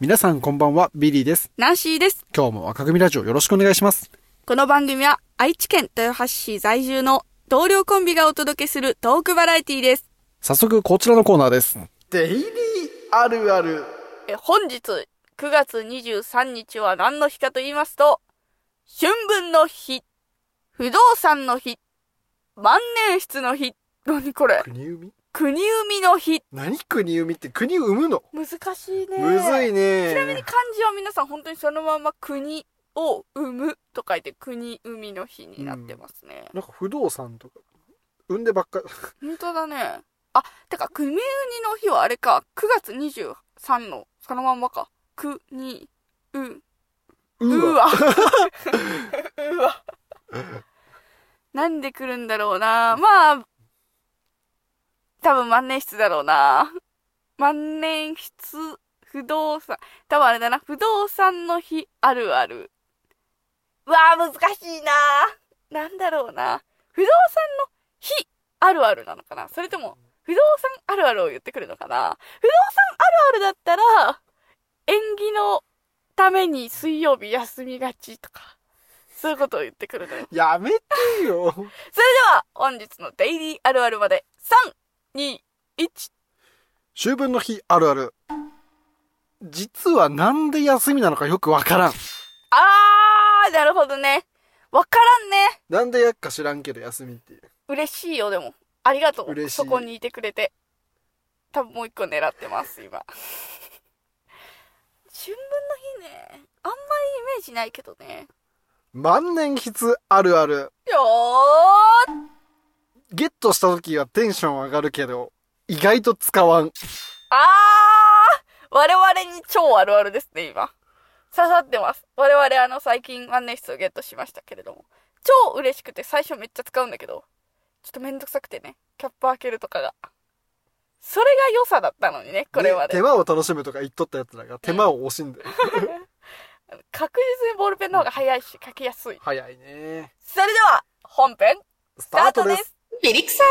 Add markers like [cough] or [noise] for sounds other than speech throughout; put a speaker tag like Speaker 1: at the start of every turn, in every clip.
Speaker 1: 皆さんこんばんは、ビリーです。
Speaker 2: ナンシーです。
Speaker 1: 今日も赤組ラジオよろしくお願いします。
Speaker 2: この番組は愛知県豊橋市在住の同僚コンビがお届けするトークバラエティです。
Speaker 1: 早速こちらのコーナーです。
Speaker 3: デイリーあるある。
Speaker 2: え本日9月23日は何の日かと言いますと、春分の日、不動産の日、万年筆の日、何これ、
Speaker 3: 国生み
Speaker 2: 国生みの日。
Speaker 3: 何国生みって国生むの
Speaker 2: 難しいね。
Speaker 3: むずいね。
Speaker 2: ちなみに漢字は皆さん本当にそのまま国を生むと書いて国生みの日になってますね。
Speaker 3: なんか不動産とか、産んでばっか、
Speaker 2: 本当だね。あ、てか、組ウニの日はあれか、9月23の、そのまんまか。く、に、う、う
Speaker 3: うわ。
Speaker 2: わ。うわ。なんで来るんだろうな。まあ、多分万年筆だろうな。万年筆、不動産。多分あれだな、不動産の日あるある。うわあ、難しいな。なんだろうな。不動産の日あるあるなのかなそれとも、不動産あるあるを言ってくるのかな不動産あるあるだったら、縁起のために水曜日休みがちとか、そういうことを言ってくるのよ。
Speaker 3: やめてよ。
Speaker 2: [laughs] それでは、本日のデイリーあるあるまで、3、2、1。
Speaker 3: 秋分の日あるある。実はなんで休みなのかよくわからん。
Speaker 2: あー、なるほどね。わからんね。
Speaker 3: なんでやっか知らんけど休みっていう。
Speaker 2: 嬉しいよ、でも。ありがとう。
Speaker 3: 嬉しい
Speaker 2: そこにいてくれて。多分もう一個狙ってます、 [laughs] 今。春分の日ね。あんまりイメージないけどね。
Speaker 3: 万年筆あるある。
Speaker 2: よーっ
Speaker 3: ゲットした時はテンション上がるけど、意外と使わん。
Speaker 2: あー我々に超あるあるですね、今。刺さってます。我々あの最近万年筆をゲットしましたけれども。超嬉しくて最初めっちゃ使うんだけど、ちょっとめんどくさくてね、キャップ開けるとかが。それが良さだったのにね、これま
Speaker 3: ね
Speaker 2: で。
Speaker 3: 手間を楽しむとか言っとったやつらが手間を惜しんでる。
Speaker 2: 確実にボールペンの方が早いし書きやすい。
Speaker 3: 早いね。
Speaker 2: それでは本編
Speaker 3: ス
Speaker 2: ス
Speaker 3: タ
Speaker 2: ター
Speaker 3: ート
Speaker 2: ト
Speaker 3: で。
Speaker 2: ですす。ピリクサ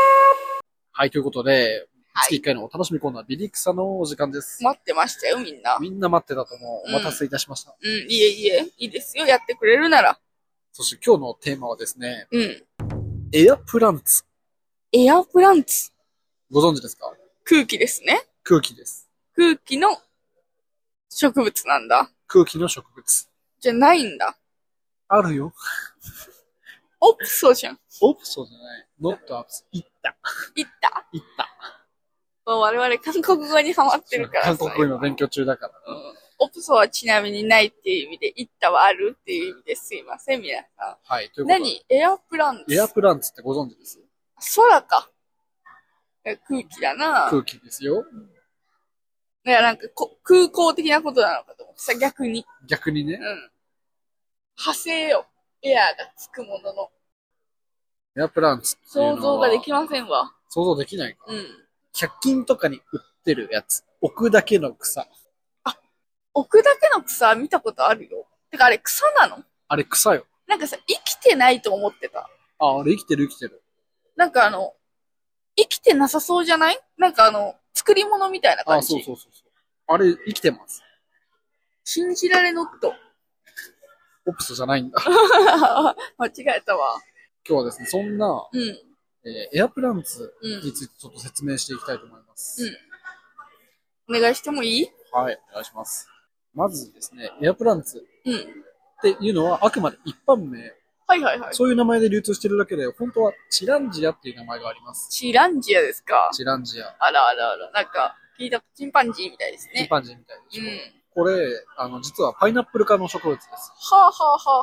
Speaker 1: はい、ということで、
Speaker 2: はい
Speaker 1: 月1回のお楽しみコーナー、ビリクサのお時間です。
Speaker 2: 待ってましたよ、みんな。うん、
Speaker 1: みんな待ってたと思う。お待たせいたしました。
Speaker 2: いえいえ、いいですよ、やってくれるなら。
Speaker 1: そして今日のテーマはですね、
Speaker 2: うん。
Speaker 1: エアプランツ。
Speaker 2: エアプランツ。
Speaker 1: ご存知ですか
Speaker 2: 空気ですね。
Speaker 1: 空気です。
Speaker 2: 空気の植物なんだ。
Speaker 1: 空気の植物。
Speaker 2: じゃないんだ。
Speaker 1: あるよ。
Speaker 2: オプソじゃん。
Speaker 1: オプソじゃない。ノットアプソ。いった。
Speaker 2: いった。
Speaker 1: いった。
Speaker 2: 我々韓国語にハマってるから
Speaker 1: 韓国語の勉
Speaker 2: 強。
Speaker 1: 強中だから。
Speaker 2: うんオプソはちなみにないっていう意味で、いったはあるっていう意味ですいません、皆さ
Speaker 1: はい。と
Speaker 2: ん。
Speaker 1: いうことで。
Speaker 2: 何エアプランツ。
Speaker 1: エアプランツってご存知です
Speaker 2: 空か。え空気だな。
Speaker 1: 空気ですよ。
Speaker 2: いや、なんかこ、空港的なことなのかと思ってさ、逆に。
Speaker 1: 逆にね
Speaker 2: うん。。派生よ。エアがつくものの。
Speaker 1: エアプランツってい
Speaker 2: 想
Speaker 1: うのは
Speaker 2: 像ができませんわ。
Speaker 1: 想像できないか。
Speaker 2: うん。
Speaker 1: 100均とかに売ってるやつ。置くだけの草。
Speaker 2: 置くだけの草見たことあるよ。てか、あれ草なの
Speaker 1: あれ草よ。
Speaker 2: なんかさ、生きてないと思ってた。
Speaker 1: あ、あれ生きてる生きてる。
Speaker 2: なんかあの、生きてなさそうじゃないなんかあの、作り物みたいな感
Speaker 1: あ、
Speaker 2: じ。
Speaker 1: そうそうそうそう。あれ生きてます。
Speaker 2: 信じられのっと。 [laughs]
Speaker 1: オプスじゃないんだ。
Speaker 2: 間違えたわ。
Speaker 1: 今日はですね、そんな、
Speaker 2: うん。
Speaker 1: えーエアプランツ
Speaker 2: うん
Speaker 1: についてちょっと説明していきたいと思います。
Speaker 2: うん。お願いしてもいい
Speaker 1: はい、お願いします。まずですね、エアプランツ
Speaker 2: うん。
Speaker 1: っていうのはあくまで一般名。
Speaker 2: はいはいはい。
Speaker 1: そういう名前で流通してるだけで、本当はチランジアっていう名前があります。
Speaker 2: チランジアですか。
Speaker 1: チランジア。
Speaker 2: あらあらあら。なんか、聞いたチンパンジーみたいです
Speaker 1: チン
Speaker 2: ね。
Speaker 1: パンジーみたいで
Speaker 2: う
Speaker 1: しょ。
Speaker 2: ん。
Speaker 1: これ、あの、実はパイナップル科の植物です。
Speaker 2: はあはあはあはあ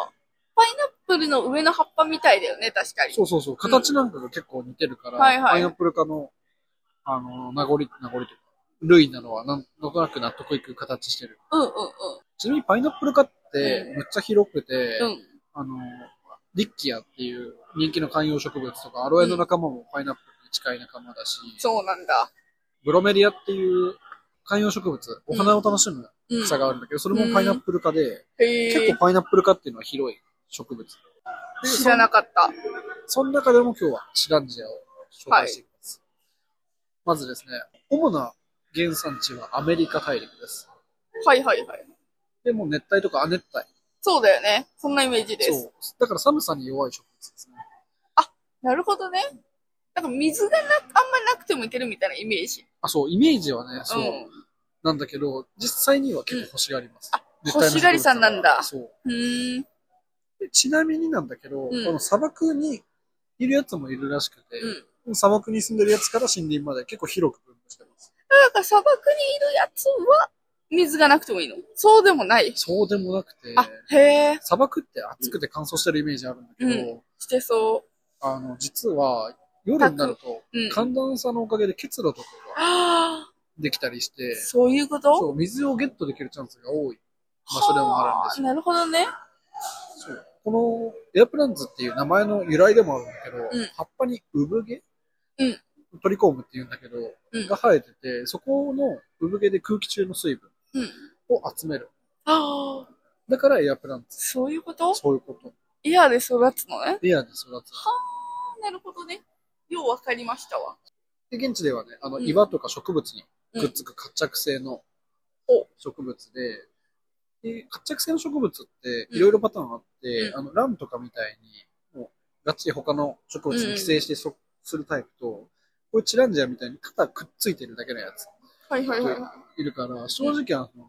Speaker 2: はあ。パイナップルの上の葉っぱみたいだよね、確かに。
Speaker 1: そうそうそう。形なんかが結構似てるから、
Speaker 2: はいはい
Speaker 1: パイナップル科の、あの、名残、名残というか、類なのはなんなんとなく納得いく形してる。
Speaker 2: うんうん
Speaker 1: ちなみにパイナップル科って
Speaker 2: う、
Speaker 1: むっちゃ広くて、
Speaker 2: うん。うん。
Speaker 1: あの、リッキアっていう人気の観葉植物とか、アロエの仲間もパイナップルに近い仲間だし、
Speaker 2: そうなんだ。
Speaker 1: ブロメリアっていう観葉植物、お花を楽しむ
Speaker 2: うん。
Speaker 1: 草があるんだけど、それもパイナップル科で、
Speaker 2: へ
Speaker 1: 結
Speaker 2: え
Speaker 1: 構。パイナップル科っていうのは広い植物。
Speaker 2: 知らなかった。
Speaker 1: その中でも今日はチランジアを紹介していきます。まずですね、主な原産地はアメリカ大陸です。
Speaker 2: はいはいはい。
Speaker 1: でも熱帯とか亜熱帯。
Speaker 2: そうだよね。そんなイメージです。
Speaker 1: そう。だから寒さに弱い植物ですね。
Speaker 2: なるほどね。なんか水がなく、あんまりなくてもいけるみたいなイメージ。
Speaker 1: あ、そう、イメージはね、そう、
Speaker 2: ん。
Speaker 1: なんだけど、実際には結構欲しがります。
Speaker 2: うんあ
Speaker 1: 熱帯の植物
Speaker 2: 欲しがりさんなんだ
Speaker 1: そう。
Speaker 2: うーん。
Speaker 1: でちなみになんだけ
Speaker 2: う
Speaker 1: ど、
Speaker 2: ん
Speaker 1: この砂漠にいるやつもいるらしくて、
Speaker 2: うん。
Speaker 1: 砂漠に住んでるやつから森林まで結構広く分布してます。
Speaker 2: だから砂漠にいるやつは、水がなくてもいいのそうでもない。
Speaker 1: そうでもなくて、
Speaker 2: あ、へえ、
Speaker 1: 砂漠って暑くて乾燥してるイメージあるんだけど、
Speaker 2: うしてそ
Speaker 1: あの、実は夜になると
Speaker 2: う。うん。
Speaker 1: 寒暖差のおかげで結露とかが
Speaker 2: ああ、
Speaker 1: できたりして、
Speaker 2: そういうこと
Speaker 1: そう、水をゲットできるチャンスが多い場所でもあるんですよ。
Speaker 2: はなるほどね。
Speaker 1: そうこのエアプランツっていう名前の由来でもあるんだけど、
Speaker 2: うん
Speaker 1: 葉っぱに産毛、
Speaker 2: うん
Speaker 1: 取り込むって言うんだけど、
Speaker 2: うん
Speaker 1: が生えてて、そこの産毛で空気中の水分
Speaker 2: うん。
Speaker 1: を集める。
Speaker 2: ああ、
Speaker 1: だからエアプランツ。
Speaker 2: そういうこと
Speaker 1: そういうこと。
Speaker 2: イヤーで育つのね。
Speaker 1: エアで育つ。
Speaker 2: あなるほどね。ようわかりましたわ。
Speaker 1: で、現地ではね、あの、
Speaker 2: うん
Speaker 1: 岩とか植物に
Speaker 2: うん
Speaker 1: くっつく活着性の
Speaker 2: お
Speaker 1: 植物で、で活着性の植物って
Speaker 2: うん
Speaker 1: いろいろパターンあって、
Speaker 2: うん
Speaker 1: あの、ランとかみたいに、もう、ガチ他の植物に寄生してそ、するタイプと、こういうチランジアみたいに肩くっついてるだけのやつ
Speaker 2: はいはいはいはい。
Speaker 1: いるから、正直あの、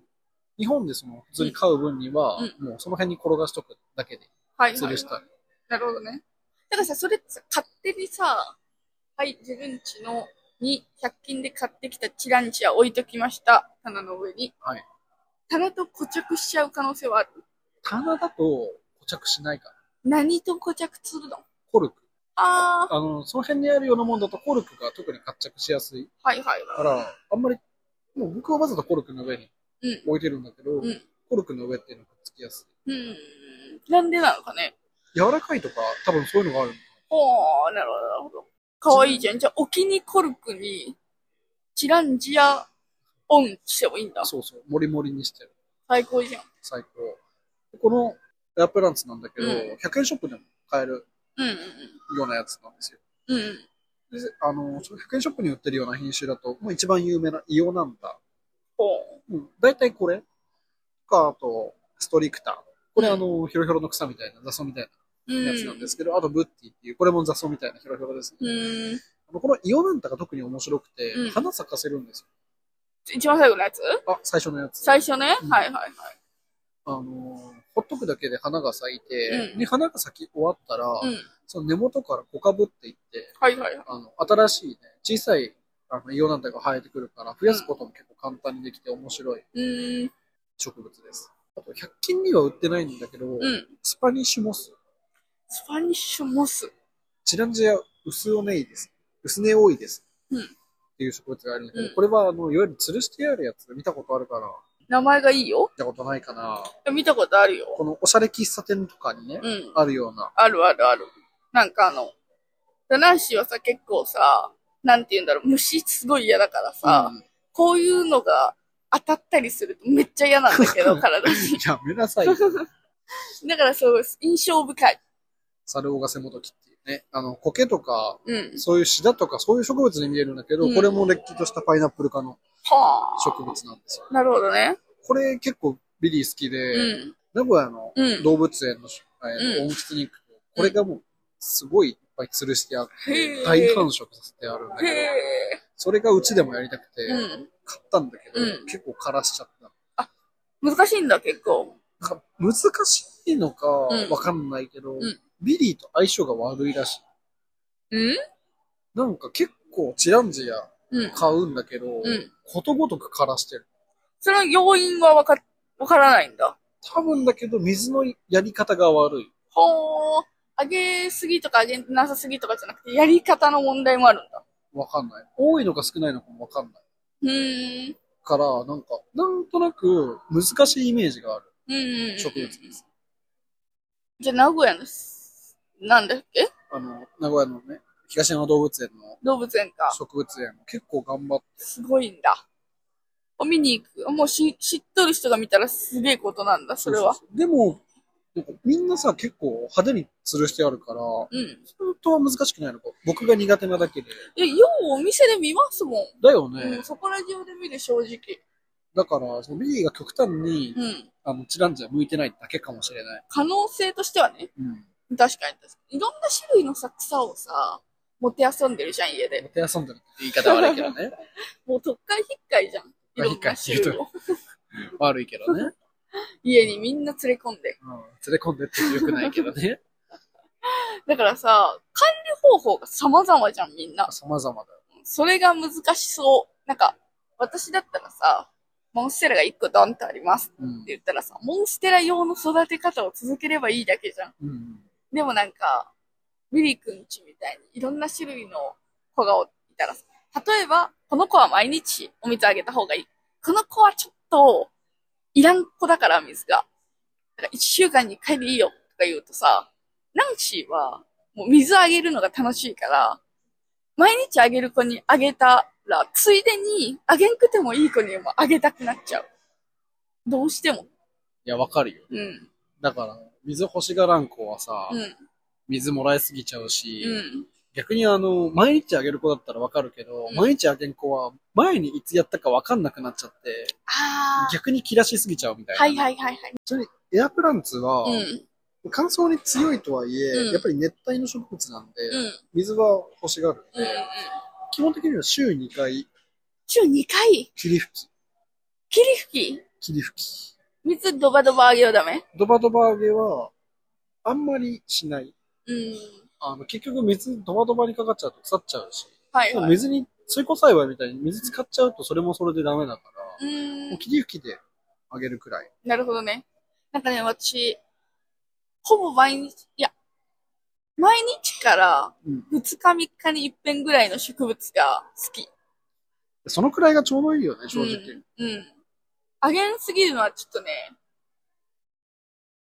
Speaker 1: 日本でその、普通に飼う分には、
Speaker 2: う
Speaker 1: もうその辺に転がしとくだけで
Speaker 2: はい
Speaker 1: 吊
Speaker 2: はい
Speaker 1: るし。たり。
Speaker 2: なるほどね。だからさ、それさ、勝手にさ、はい、自分家のに100均で買ってきたチランチア置いときました。棚の上に。
Speaker 1: はい。
Speaker 2: 棚と固着しちゃう可能性はある。
Speaker 1: 棚だと固着しないから、
Speaker 2: 何と固着するの
Speaker 1: コルク。
Speaker 2: あ
Speaker 1: あの、その辺にあるようなもんだとコルクが特に活着しやすい
Speaker 2: あ、はいはい
Speaker 1: か
Speaker 2: は
Speaker 1: ら、あんまり、もう僕はわざとコルクの上に
Speaker 2: うん
Speaker 1: 置いてるんだけ
Speaker 2: う
Speaker 1: ど、
Speaker 2: ん
Speaker 1: コルクの上っていうのがつきやす
Speaker 2: い。うん。なんでなのかね。
Speaker 1: い。柔らかいとか、多分そういうのがあるの。
Speaker 2: ほー、なるほど、なるほど。かわいいじゃん。じゃあ、沖にコルクに、チランチアオンしてもいいんだ。
Speaker 1: そうそう、モリモリにしてる。
Speaker 2: 最高じゃん。
Speaker 1: 最高。でこのエアプランツなんだけど、
Speaker 2: うん
Speaker 1: 100円ショップでも買える
Speaker 2: うんうん
Speaker 1: ようなやつなんですよ。
Speaker 2: うん。うん。
Speaker 1: であの、その100円ショップに売ってるような品種だと、もう一番有名なイオナンダ。
Speaker 2: ほー。
Speaker 1: うん、大体これとか、あと、ストリクター。これ、
Speaker 2: うん
Speaker 1: あの、ヒョロヒョロの草みたいな、雑草みたいな。
Speaker 2: うん。
Speaker 1: やつなんですけど、あとブッティっていう、これも雑草みたいなヒョロヒョロですね。
Speaker 2: うん。
Speaker 1: あのこのイオナンタが特に面白くて、
Speaker 2: うん
Speaker 1: 花咲かせるんです
Speaker 2: 一番最後のやつ
Speaker 1: よ。あ、最初のやつ。
Speaker 2: 最初ね、
Speaker 1: うん
Speaker 2: はいはいはい。
Speaker 1: あのーほっとくだけで花が咲いて、
Speaker 2: うん
Speaker 1: で、花が咲き終わったら、
Speaker 2: うん。
Speaker 1: その根元からこかぶっていって、
Speaker 2: はいはいはい。
Speaker 1: あの、新しいね、小さい、あの、イオナンタが生えてくるから、増やすことも結構簡単にできて面白いう
Speaker 2: ーん。
Speaker 1: 植物です。あと、100均には売ってないんだけど、
Speaker 2: うん。
Speaker 1: スパニッシュモス、
Speaker 2: スパニッシュモス。
Speaker 1: チランジアウスオネイです。ウスネオイです。
Speaker 2: うん
Speaker 1: っていう植物があるんだけど、
Speaker 2: うん
Speaker 1: これはあの、いわゆる吊るしてあるやつ、見たことあるから、見
Speaker 2: 名前がいいよ。
Speaker 1: たことないかな。
Speaker 2: 見たことあるよ。
Speaker 1: このおしゃれ喫茶店とかにね、
Speaker 2: うん。
Speaker 1: あるような。
Speaker 2: あるあるある。なんかあの、ダナンシーはさ、結構さ、なんて言うんだろう、虫すごい嫌だからさ、
Speaker 1: うん
Speaker 2: こういうのが当たったりするとめっちゃ嫌なんだけ
Speaker 1: [laughs]
Speaker 2: ど、体に。
Speaker 1: やめなさい。
Speaker 2: だからそう、印象深い。
Speaker 1: 猿オガセモドキっていうね、あの、苔とか、
Speaker 2: うん。
Speaker 1: そういうシダとか、そういう植物に見えるんだけど、
Speaker 2: うん
Speaker 1: これもれっきとしたパイナップル科の
Speaker 2: は
Speaker 1: 植物なんですよ。
Speaker 2: あ。なるほどね。
Speaker 1: これ結構ビリー好きで、
Speaker 2: うん。
Speaker 1: 名古屋の
Speaker 2: うん
Speaker 1: 動物園の、えー
Speaker 2: うん
Speaker 1: 温室に行くと、これがもう、すごいいっぱい吊るしてあっ
Speaker 2: へ
Speaker 1: て
Speaker 2: ー、
Speaker 1: 大繁殖させてあるんだけ
Speaker 2: へ
Speaker 1: ど、
Speaker 2: え。
Speaker 1: それがうちでもやりたくて、
Speaker 2: うん
Speaker 1: 買ったんだけど、
Speaker 2: うん
Speaker 1: 結構枯らしちゃった。
Speaker 2: 難しいんだ、結構。
Speaker 1: なんか難しいのか
Speaker 2: ん
Speaker 1: わかんないけど、
Speaker 2: ん
Speaker 1: ビリーと相性が悪いらしい。
Speaker 2: うん
Speaker 1: なんか結構チランジア
Speaker 2: うん。
Speaker 1: 買うんだけど、
Speaker 2: ん
Speaker 1: ことごとく枯らしてる。
Speaker 2: その要因はわか、わからないんだ。
Speaker 1: 多分だけど水のやり方が悪い。
Speaker 2: ほー。上げすぎとか上げなさすぎとかじゃなくて、やり方の問題もあるんだ。
Speaker 1: わかんない。多いのか少ないのかもわかんない。
Speaker 2: うーん。
Speaker 1: から、なんか、なんとなく難しいイメージがある
Speaker 2: うんうんうん。
Speaker 1: 植物です。
Speaker 2: じゃあ、名古屋のす、なんだっけ
Speaker 1: あの、名古屋のね、東山動物園の
Speaker 2: 動物園か。
Speaker 1: 植物園も結構頑張って、
Speaker 2: すごいんだ。見に行く。もうし知っとる人が見たらすげえことなんだ、それは。
Speaker 1: うううでも、なんかみんなさ、結構派手に吊るしてあるから、
Speaker 2: うん。
Speaker 1: 本当は難しくないのか。僕が苦手なだけで。
Speaker 2: え、ようお店で見ますもん。
Speaker 1: だよね。
Speaker 2: うん、そこら中で見る、正直。
Speaker 1: だから、その B が極端に、
Speaker 2: うん。
Speaker 1: あの、チランジャー向いてないだけかもしれない。
Speaker 2: 可能性としてはね、
Speaker 1: うん。
Speaker 2: 確かに確かに。いろんな種類のさ、草をさ、持て遊んでるじゃん、家で。
Speaker 1: もて遊んでるって言い方悪いけど
Speaker 2: [laughs]
Speaker 1: ね。
Speaker 2: もう、とっかいひっかいじゃん。いろんな種類を。
Speaker 1: 悪いけどね。
Speaker 2: 家にみんな連れ込んで。
Speaker 1: うん。連れ込んでって良くないけど
Speaker 2: [laughs]
Speaker 1: ね。
Speaker 2: だからさ、管理方法が様々じゃん、みんな。
Speaker 1: 様々だよ。
Speaker 2: それが難しそう。なんか、私だったらさ、モンステラが1個ドンとあります
Speaker 1: う
Speaker 2: っ
Speaker 1: ん
Speaker 2: て。言ったらさ、モンステラ用の育て方を続ければいいだけじゃん。
Speaker 1: うん。
Speaker 2: でもなんか、ウィリー君ちみたいにいろんな種類の子がいたらさ、例えば、この子は毎日お水あげた方がいい。この子はちょっと、いらん子だから水が。だから一週間に一回でいいよとか言うとさ、ナンシーはもう水あげるのが楽しいから、毎日あげる子にあげたら、ついでにあげんくてもいい子にもあげたくなっちゃう。どうしても。
Speaker 1: いや、わかるよ。
Speaker 2: うん。
Speaker 1: だから、水欲しがらん子はさ、
Speaker 2: うん。
Speaker 1: 水もらいすぎちゃうし、
Speaker 2: うん。
Speaker 1: 逆にあの、毎日あげる子だったらわかるけど、
Speaker 2: うん
Speaker 1: 毎日あげん子は、前にいつやったかわかんなくなっちゃって、
Speaker 2: ああ。
Speaker 1: 逆に切らしすぎちゃうみたいな。
Speaker 2: はいはいはい
Speaker 1: エアプランツは、
Speaker 2: はい。うん。
Speaker 1: 乾燥に強いとはいえ、
Speaker 2: うん
Speaker 1: やっぱり熱帯の植物なんで、
Speaker 2: うん。
Speaker 1: 水は欲しがるん
Speaker 2: うん
Speaker 1: で、
Speaker 2: うんうん
Speaker 1: 基本的には週2回、
Speaker 2: 週2回、
Speaker 1: 霧吹き、
Speaker 2: 霧吹き、
Speaker 1: 霧吹き。
Speaker 2: 水ドバドバあげようダメ
Speaker 1: ドバドバ揚げは、あんまりしない。
Speaker 2: うん。
Speaker 1: あの、結局水ドバドバにかかっちゃうと腐っちゃうし、
Speaker 2: はいはい。
Speaker 1: 水に、水耕栽培みたいに水使っちゃうとそれもそれでダメだか
Speaker 2: う
Speaker 1: ら、
Speaker 2: ー。
Speaker 1: もうん霧吹きであげるくらい。
Speaker 2: なるほどね。なんかね、私、ほぼ毎日、いや、毎日から
Speaker 1: うん。
Speaker 2: 2日3日に一遍ぐらいの植物が好き。
Speaker 1: そのくらいがちょうどいいよね、正
Speaker 2: う
Speaker 1: 直。
Speaker 2: ん。うん。あげんすぎるのはちょっとね、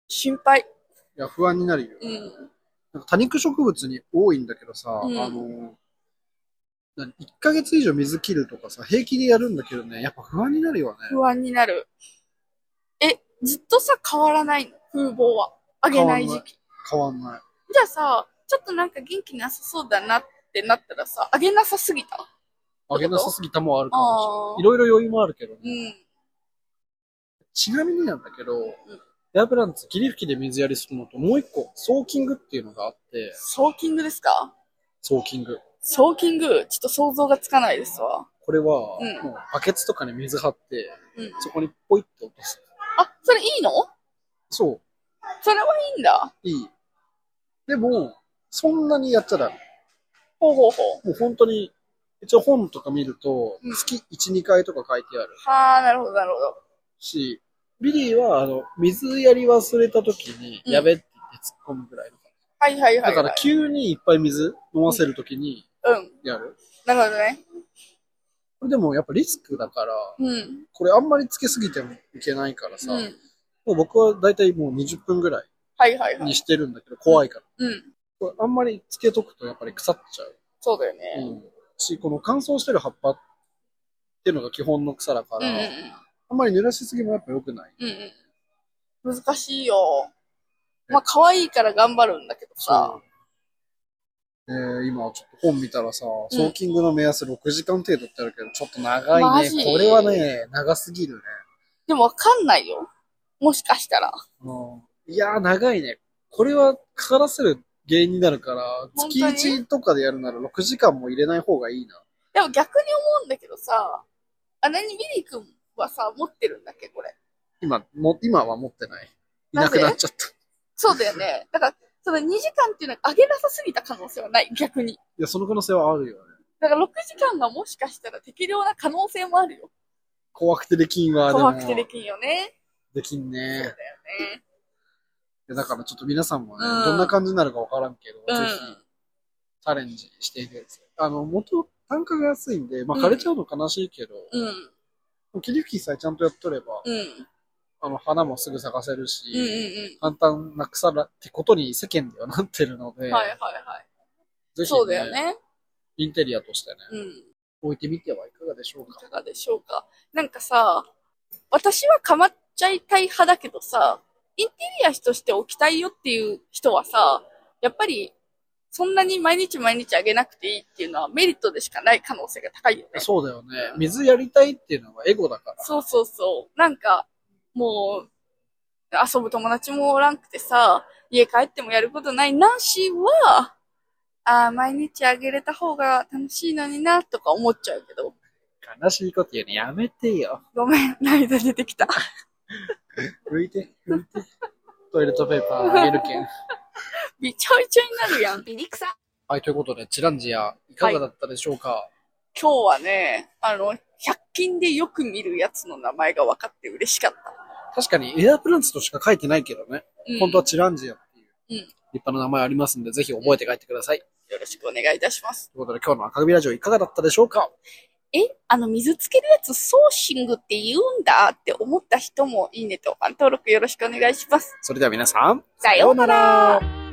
Speaker 2: 心配。
Speaker 1: いや、不安になるよ。
Speaker 2: うん。
Speaker 1: なんか多肉植物に多いんだけどさ、
Speaker 2: うん
Speaker 1: あの、何1ヶ月以上水切るとかさ、平気でやるんだけどね、やっぱ不安になるよね。
Speaker 2: 不安になる。え、ずっとさ、変わらないの風貌は。あげない時期。
Speaker 1: 変わんない。
Speaker 2: じゃあさ、ちょっとなんか元気なさそうだなってなったらさ、あげなさすぎたあ
Speaker 1: あげなさすぎたもあるかも
Speaker 2: あ
Speaker 1: しれない。いろいろ余裕もあるけどね。
Speaker 2: うん。
Speaker 1: ちなみになんだけど、エアプランツ、霧吹きで水やりするのと、もう一個、ソーキングっていうのがあって、
Speaker 2: ソーキングですか
Speaker 1: ソーキング。
Speaker 2: ソーキング、ちょっと想像がつかないですわ。
Speaker 1: これは、
Speaker 2: うん
Speaker 1: もうバケツとかに水張って、
Speaker 2: うん。
Speaker 1: そこにポイッと落とす。
Speaker 2: あ、それいいの
Speaker 1: そう、
Speaker 2: それはいいんだ。
Speaker 1: いい。でも、そんなにやっちゃダメ。
Speaker 2: ほうほうほう。
Speaker 1: もう本当に、一応本とか見ると
Speaker 2: うん、
Speaker 1: 月1、2回とか書いてある
Speaker 2: はあ、なるほど、なるほど。
Speaker 1: し、ビリーは、あの、水やり忘れた時に、
Speaker 2: うん
Speaker 1: やべって突っ込むぐらいの。
Speaker 2: はいはいはい、はい。
Speaker 1: だから急にいっぱい水飲ませる時に
Speaker 2: うん。
Speaker 1: やる。
Speaker 2: なるほどね。
Speaker 1: これでもやっぱリスクだから、
Speaker 2: うん。
Speaker 1: これあんまりつけすぎてもいけないからさ、
Speaker 2: うん。
Speaker 1: もう僕はだいたいもう20分ぐらい
Speaker 2: はいはいは
Speaker 1: に
Speaker 2: い。
Speaker 1: してるんだけど、怖いから。
Speaker 2: うん。
Speaker 1: これあんまりつけとくとやっぱり腐っちゃう。
Speaker 2: そうだよね。
Speaker 1: うん。し、この乾燥してる葉っぱっていうのが基本の草だか
Speaker 2: うん
Speaker 1: ら、
Speaker 2: うん
Speaker 1: あんまり濡らしすぎもやっぱ良くない。
Speaker 2: うん。うんうん。難しいよ。まあ、可愛いから頑張るんだけどさ。
Speaker 1: そう。えー、今ちょっと本見たらさ、ソ
Speaker 2: ん
Speaker 1: ーキングの目安6時間程度ってあるけど、ちょっと長
Speaker 2: マ
Speaker 1: い
Speaker 2: ジ
Speaker 1: ね。これはね、長すぎるね。
Speaker 2: でもわかんないよ。もしかしたら。
Speaker 1: いやー、長いね。これはかからせる原因になるから、
Speaker 2: 本当
Speaker 1: 月
Speaker 2: に
Speaker 1: 1とかでやるなら6時間も入れない方がいいな。
Speaker 2: でも逆に思うんだけどさ、あ、何ミリ君はさ、持ってるんだっけこれ。
Speaker 1: 今、も、今は持ってない。い
Speaker 2: な
Speaker 1: な
Speaker 2: ぜ
Speaker 1: くなっちゃった。い
Speaker 2: そうだよ [laughs] ね。だから、その2時間っていうのは上げなさすぎた可能性はない、逆に。
Speaker 1: や、その可能性はあるよね。
Speaker 2: だから6時間がもしかしたら適量な可能性もあるよ。
Speaker 1: 怖くてできんわ、でも。
Speaker 2: 怖くてできんよね。
Speaker 1: できん
Speaker 2: そうだよ
Speaker 1: ね。
Speaker 2: ね。
Speaker 1: いやだからちょっと皆さんもね、
Speaker 2: うん
Speaker 1: どんな感じになるかわからんけど、
Speaker 2: うん
Speaker 1: ぜひ、チャレンジしていただいて。あの、元、単価が安いんで、まあ
Speaker 2: うん
Speaker 1: 枯れちゃうの悲しいけど、
Speaker 2: うん、
Speaker 1: 霧吹きさえちゃんとやっとれば、
Speaker 2: うん、
Speaker 1: あの、花もすぐ咲かせ
Speaker 2: うん、う
Speaker 1: る
Speaker 2: ん、う
Speaker 1: し、
Speaker 2: ん。
Speaker 1: 簡単な草だってことに世間ではなってるので、
Speaker 2: はいはいはい。
Speaker 1: ぜひ、
Speaker 2: そうだよね。
Speaker 1: インテリアとしてね、
Speaker 2: うん。
Speaker 1: 置いてみてはいかがでしょう
Speaker 2: い
Speaker 1: か。
Speaker 2: かがでしょうか。なんかさ、私はかまっちゃいたい派だけどさ、インテリアとして置きたいよっていう人はさ、やっぱりそんなに毎日毎日あげなくていいっていうのはメリットでしかない可能性が高いよね。
Speaker 1: そうだよね。水やりたいっていうのはエゴだから。
Speaker 2: そうそうそう。なんか、もう、遊ぶ友達もおらんくてさ、家帰ってもやることないなしは、ああ、毎日あげれた方が楽しいのにな、とか思っちゃうけど。
Speaker 1: 悲しいこと言うのやめてよ。
Speaker 2: ごめん、涙出てきた。
Speaker 1: 拭いて、拭いて。 [laughs] トイレットペーパーあげるけん。
Speaker 2: びちょびちょになるやん。
Speaker 4: ビリクサ
Speaker 1: はい、ということで、チランジア、いかがだったでしょうか、
Speaker 2: 今日はね、あの、100均でよく見るやつの名前が分かって嬉しかった。
Speaker 1: 確かに、エアプランツとしか書いてないけどね。
Speaker 2: うん
Speaker 1: 本当はチランジアっていう、
Speaker 2: うん
Speaker 1: 立派な名前ありますんで、ぜひ覚えて帰ってください。
Speaker 2: よろしくお願いいたします。
Speaker 1: ということで、今日の赤組ラジオいかがだったでしょうか
Speaker 2: え、あの、水つけるやつソーシングって言うんだって思った人もいいねと登録よろしくお願いします。
Speaker 1: それでは皆さん、
Speaker 2: さようなら。
Speaker 1: ら